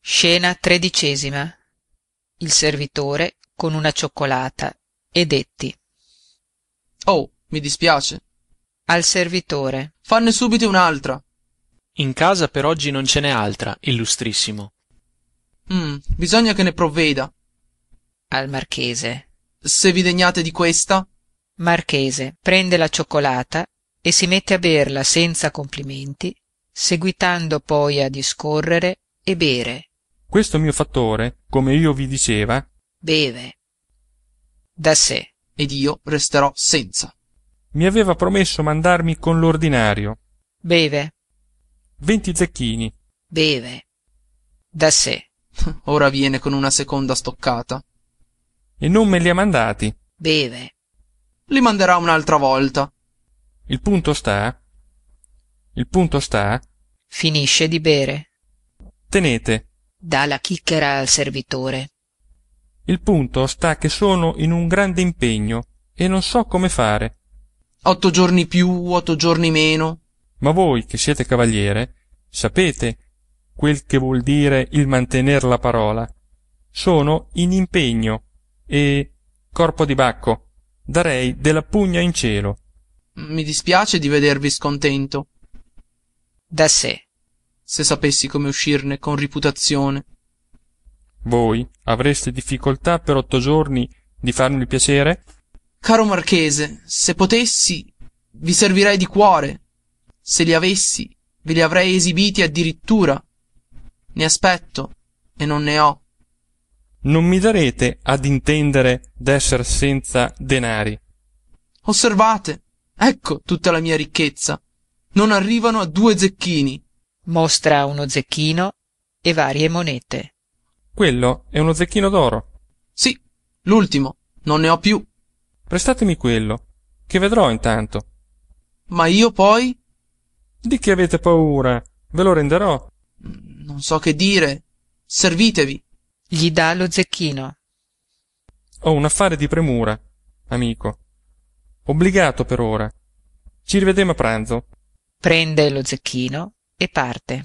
scena xiii il servitore con una cioccolata e detti oh mi dispiace al servitore fanne subito un'altra in casa per oggi non ce n'è altra illustrissimo Mm, bisogna che ne provveda al marchese se vi degnate di questa marchese prende la cioccolata e si mette a berla senza complimenti seguitando poi a discorrere e bere questo mio fattore come io vi diceva beve da sé ed io resterò senza mi aveva promesso mandarmi con l'ordinario beve venti zecchini beve da sé ora viene con una seconda stoccata e non me li ha mandati beve li manderà un'altra volta il punto sta il punto sta finisce di bere tenete dà la chicchera al servitore il punto sta che sono in un grande impegno e non so come fare otto giorni più otto giorni meno ma voi che siete cavaliere sapete quel che vuol dire il mantener la parola sono in impegno e corpo di bacco darei della pugna in cielo mi dispiace di vedervi scontento da sé se sapessi come uscirne con riputazione voi avreste difficoltà per otto giorni di farmi il piacere caro marchese se potessi vi servirei di cuore se li avessi ve li avrei esibiti addirittura ne aspetto e non ne ho non mi darete ad intendere d'esser senza denari osservate ecco tutta la mia ricchezza non arrivano a due zecchini mostra uno zecchino e varie monete quello è uno zecchino d'oro sì l'ultimo non ne ho più prestatemi quello che vedrò intanto ma io poi di che avete paura ve lo renderò non so che dire servitevi gli dà lo zecchino ho un affare di premura amico obbligato per ora ci rivedremo a pranzo prende lo zecchino e parte